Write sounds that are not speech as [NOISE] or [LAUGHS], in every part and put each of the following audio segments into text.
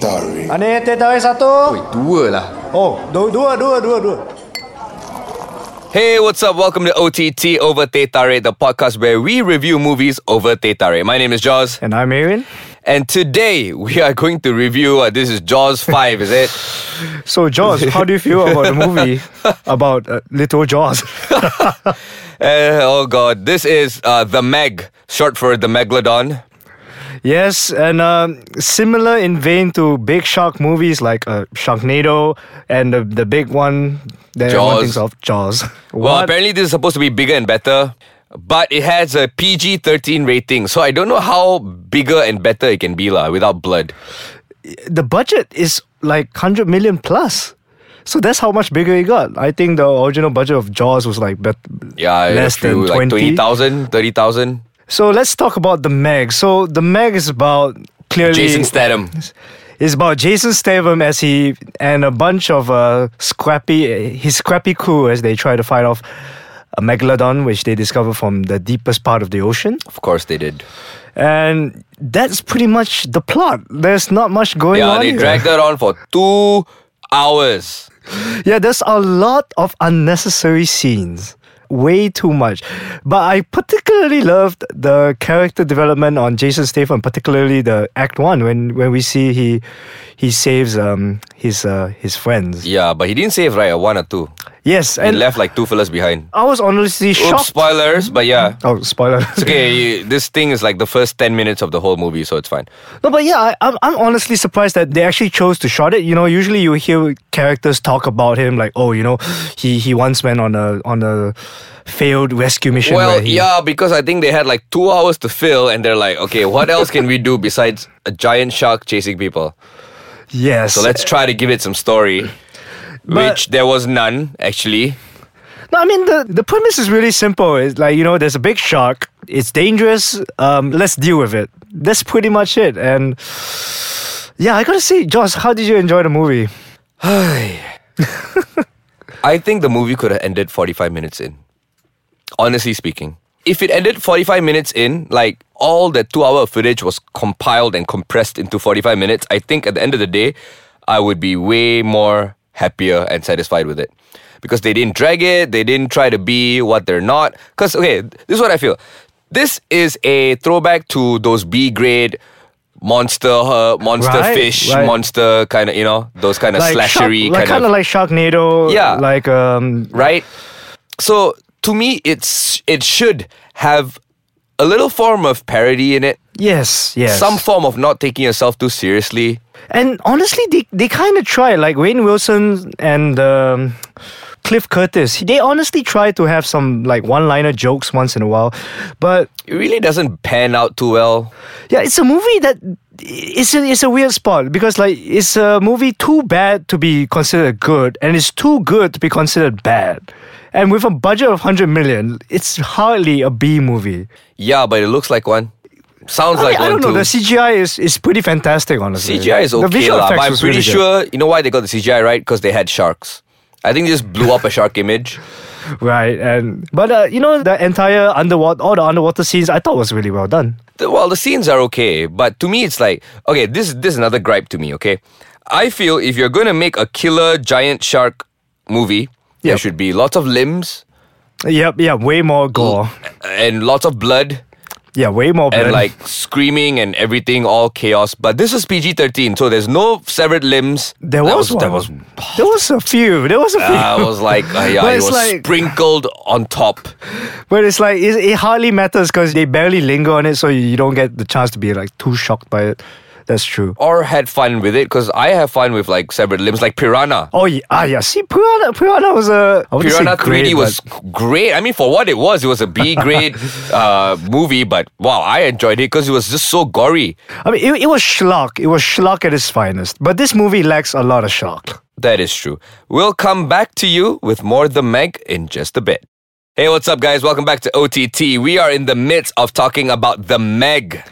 Manis teh tarik satu. Oi, dua lah. Oh, dua, dua, dua, dua, dua. Hey, what's up? Welcome to OTT Over Tetare, the podcast where we review movies over Tetare. My name is Jaws, And I'm Aaron. and today we are going to review. Uh, this is Jaws 5, is it? [LAUGHS] So, Jaws, how do you feel about the movie about uh, Little Jaws? [LAUGHS] Uh, oh, God. This is uh, The Meg, short for The Megalodon. yes, and um, similar in vein to big shark movies like uh, Sharknado and the, the big one that everyone Jaws. thinks of, Jaws. Well, What? apparently this is supposed to be bigger and better, but it has a PG 13 rating, so I don't know how bigger and better it can be lah without blood. the budget is like 100 million plus. So that's how much bigger it got. I think the original budget of Jaws was like bet- Yeah, less that's true. than 20. like 20,000, 30,000. so let's talk about the Meg. So the Meg is about clearly Jason Statham. It's about Jason Statham as he and a bunch of uh, scrappy his scrappy crew as they try to fight off a megalodon, which they discover from the deepest part of the ocean. Of course they did. And that's pretty much the plot. There's not much going Yeah, on. they here. dragged that on for two hours. Yeah, there's a lot of unnecessary scenes. Way too much. But I particularly loved the character development on Jason Statham, particularly the Act One when when we see he he saves um his uh, his friends. Yeah, but he didn't save right a one or two. Yes, He and left like two fellas behind. I was honestly Oops, shocked. spoilers, but yeah. Oh, spoiler! [LAUGHS] It's okay, you- this thing is like the first 10 minutes of the whole movie, so it's fine. no, but yeah, I, I'm I'm honestly surprised that they actually chose to shot it. You know, usually you hear characters talk about him like, oh, you know, he he once went on a on a failed rescue mission. where Well, he- yeah, because I think they had like two hours to fill, and they're like, okay, what else can we do besides a giant shark chasing people? yes. So let's try to give it some story, which there was none, actually. No, I mean the the premise is really simple. It's like you know, there's a big shark. It's dangerous. Um, let's deal with it. That's pretty much it. And yeah, I gotta say, Josh, how did you enjoy the movie? [LAUGHS] I think the movie could have ended 45 minutes in. Honestly speaking. If it ended 45 minutes in, like all the two hour footage was compiled and compressed into 45 minutes, I think at the end of the day, I would be way more happier and satisfied with it. Because they didn't drag it, they didn't try to be what they're not. Because, okay, this is what I feel. This is a throwback to those B grade monster, uh, monster Right, fish, right. monster kind of, you know, those kind of slashery like kind of. like Sharknado. Yeah. like um, right? So to me, it's it should have a little form of parody in it, yes, yes. some form of not taking yourself too seriously. and honestly, they they kind of try. Like Wayne Wilson and um, Cliff Curtis, they honestly try to have some like one liner jokes once in a while, but It really doesn't pan out too well. Yeah, it's a movie that it's a, it's a weird spot because like it's a movie too bad to be considered good and it's too good to be considered bad. And with a budget of 100 million, it's hardly a B movie. Yeah, but it looks like one. Sounds like I, I one don't know, too. the CGI is, is pretty fantastic honestly. CGI is The okay, visual lah, but effects I'm was pretty really good. sure you know why they got the CGI right because they had sharks. I think they just blew up a shark image. Right, and but uh, you know the entire underwater all the underwater scenes I thought was really well done. The- well, the scenes are okay, but to me, it's like okay. This this is another gripe to me. Okay, I feel if you're gonna make a killer giant shark movie, there Yep. should be lots of limbs Yep, yeah, way more gore. and lots of blood Yeah, way more and blood. like screaming and everything, all chaos. But this is PG thirteen, so there's no severed limbs. there That was, one. That was. there was a few. There was a few. I was [LAUGHS] like, uh, yeah, But it it's was like- sprinkled on top. But it's like it, it hardly matters because they barely linger on it, so you, you don't get the chance to be like too shocked by it. That's true. Or had fun with it because I have fun with like severed limbs, like Piranha. Oh yeah, ah, yeah. See, Piranha, Piranha was a I wouldn't say Piranha great, 3D was but- great. I mean, for what it was, it was a B grade uh, movie, but wow, I enjoyed it because it was just so gory. I mean, it, it was schlock. It was schlock at its finest. But this movie lacks a lot of schlock. That is true. We'll come back to you with more The Meg in just a bit. Hey, what's up, guys? Welcome back to OTT. We are in the midst of talking about The Meg.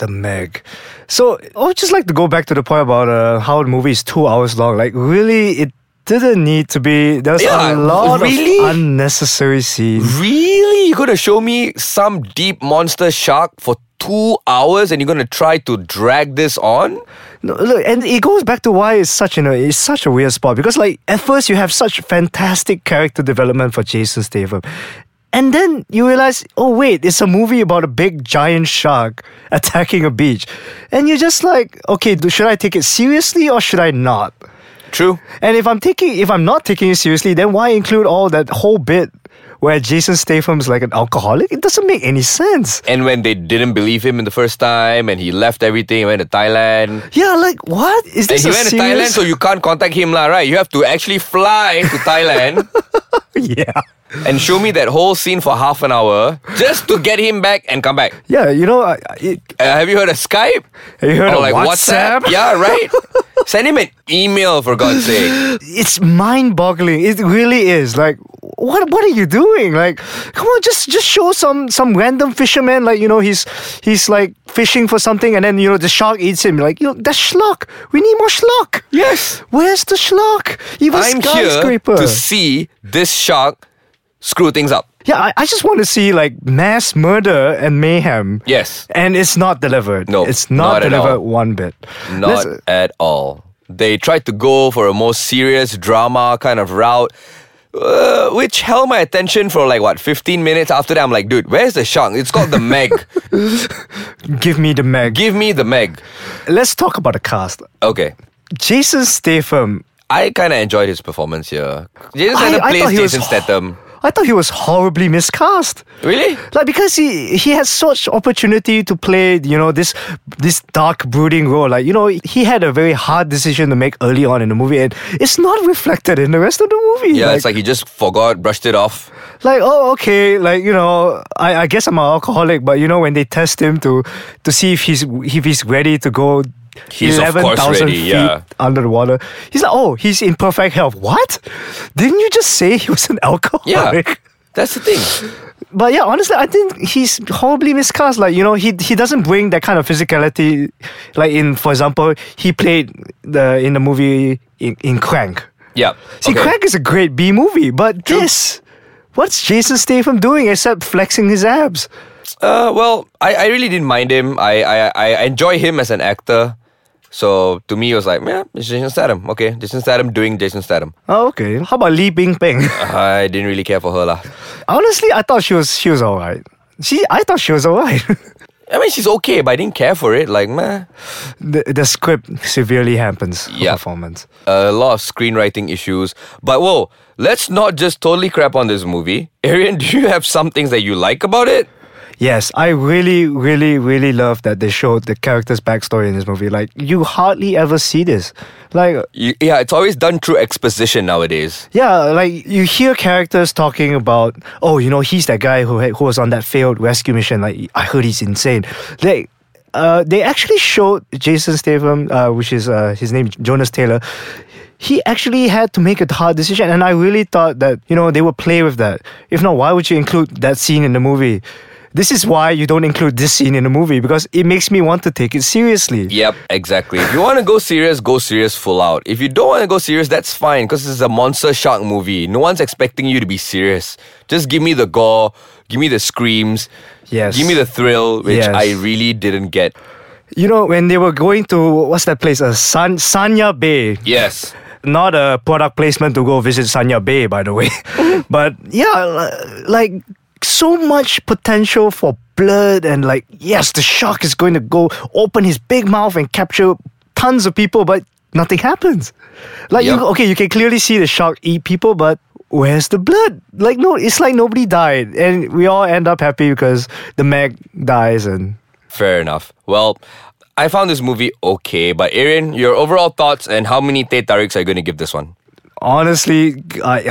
The Meg. So I would just like to go back to the point about uh, how the movie is two hours long. Like really, it didn't need to be. There's Yeah, a lot really? of unnecessary scenes. Really? You're going to show me some deep monster shark for two hours and you're gonna try to drag this on? No, look, and it goes back to why it's such you know it's such a weird spot because like at first you have such fantastic character development for Jason Statham, and then you realize oh wait it's a movie about a big giant shark [LAUGHS] attacking a beach, and you're just like okay do- should I take it seriously or should I not? True. And if I'm taking if I'm not taking it seriously, then why include all that whole bit where Jason Statham's like an alcoholic? It doesn't make any sense. And when they didn't believe him in the first time and he left everything, he went to Thailand. Yeah, like what is And this? he a went to Thailand, serious- so you can't contact him, lah, right? You have to actually fly to [LAUGHS] Thailand yeah. and show me that whole scene for half an hour just to get him back and come back. Yeah, you know, I, I- it, Uh, have you heard of Skype? Have you heard or of Oh, like WhatsApp? Yeah, [LAUGHS] right. Send him an email for God's sake. it's mind-boggling. It really is. Like, what what are you doing? Like, come on, just just show some some random fisherman. Like, you know, he's he's like fishing for something, and then you know the shark eats him. Like, you know, that's schlock. We need more schlock. Yes. Where's the schlock? Even I'm here skyscraper. to see this shark screw things up. yeah, I, I just want to see like mass murder and mayhem. Yes. And it's not delivered. No, it's not, not at all. delivered one bit. Not Let's- at all. They tried to go for a more serious drama kind of route, uh, which held my attention for like what 15 minutes. After that, I'm like, dude, where's the shark? It's called the Meg. give me the mag. Give me the Meg. Let's talk about the cast. Okay. Jason Statham I kind of enjoyed his performance here. Jason Statham plays Jason Statham. I thought he was horribly miscast. Really? Like because he he has such opportunity to play, you know, this this dark brooding role. Like, you know, he had a very hard decision to make early on in the movie and it's not reflected in the rest of the movie. Yeah, it's like he just forgot, brushed it off. like oh okay like you know I, I guess i'm an alcoholic but you know when they test him to to see if he's if he's ready to go He's of course 11,000 ready, feet yeah. under the water he's like oh he's in perfect health what didn't you just say he was an [LAUGHS] Yeah. alcoholic That's the thing. but yeah honestly i think he's horribly miscast like you know he he doesn't bring that kind of physicality like in for example he played the in the movie in, in crank Yeah. See, okay. Crank is a great B movie, but this, what's Jason Statham doing except flexing his abs? Uh, well, I, I really didn't mind him. I, I I enjoy him as an actor. So to me, it was like, yeah, it's Jason Statham. Okay, Jason Statham doing Jason Statham. Oh, okay. How about Lee Bing Ping? I didn't really care for her lah. [LAUGHS] Honestly, I thought she was she was all right. She, I thought she was all right. I mean, she's okay, but I didn't care for it. Like, meh. [LAUGHS] the, the script severely hampens her Yeah. performance. A lot of screenwriting issues. But whoa, let's not just totally crap on this movie. [LAUGHS] Arian, do you have some things that you like about it? Yes, I really, really, really love that they showed the character's backstory in this movie. Like, you hardly ever see this. Like, Y- Yeah, it's always done through exposition nowadays. Yeah, like you hear characters talking about, oh, you know, he's that guy who had, who was on that failed rescue mission. Like I heard he's insane. They, uh, they actually showed Jason Statham, uh, which is uh, his name Jonas Taylor. He actually had to make a hard decision, and I really thought that you know they would play with that. If not, why would you include that scene in the movie? This is why you don't include this scene in the movie because it makes me want to take it seriously. Yep, exactly. If you want to go serious, go serious full out. If you don't want to go serious, that's fine because this is a monster shark movie. No one's expecting you to be serious. Just give me the gore, give me the screams, Yes. give me the thrill, which Yes. I really didn't get. You know when they were going to what's that place? Uh, San Sanya Bay. Yes. not a product placement to go visit Sanya Bay, by the way. but yeah, li- like so much potential for blood and like yes, the shark is going to go open his big mouth and capture tons of people, but nothing happens. Like you, Yeah. okay, you can clearly see the shark eat people, but. Where's the blood? Like no, it's like nobody died, and we all end up happy because the Meg dies, and Fair enough. Well, I found this movie okay, but Aaron, your overall thoughts and how many Tay Tariks are you going to give this one? honestly, I,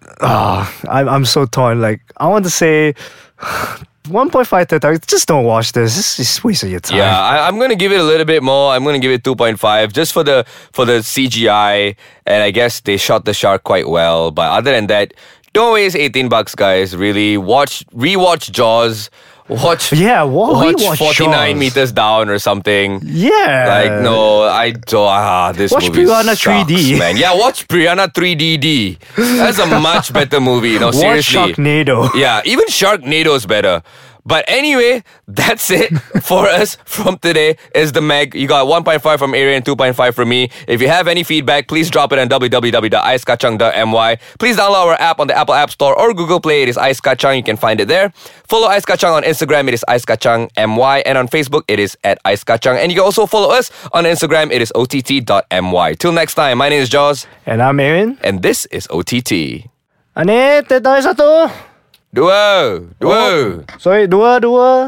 [SIGHS] ah, I'm, I'm so torn. Like, I want to say [SIGHS] 1.5 TED Just don't watch this. This is wasting your time. Yeah, I, I'm gonna give it a little bit more. I'm gonna give it 2.5 just for the for the CGI, and I guess they shot the shark quite well. But other than that, don't waste 18 bucks, guys. Really, watch rewatch Jaws. [LAUGHS] Watch Yeah, wa- rewatch 49 Jaws. meters down or something. Yeah. Like no, I don't. Ah, this Watch movie Piranha sucks, 3D. man. Yeah, watch Piranha 3DD. [LAUGHS] That's a much better movie. No, Watch seriously. [LAUGHS] Sharknado. Yeah, even Sharknado's better. But anyway, [LAUGHS] that's it for [LAUGHS] us from today. Is the Meg. You got 1.5 from Arian, 2.5 from me. If you have any feedback, please drop it on www.icekachang.my. Please download our app on the Apple App Store or Google Play. It is Ice Kachang. You can find it there. Follow Ice Kachang on Instagram. It is Ice Kachang MY. And on Facebook, it is at Ice Kachang. And you can also follow us on Instagram. It is OTT.my. Till next time, my name is Jaws, And I'm Aaron. and this is OTT. Ane, teh tarik satu. Duo! Duo! Sorry, dua, dua.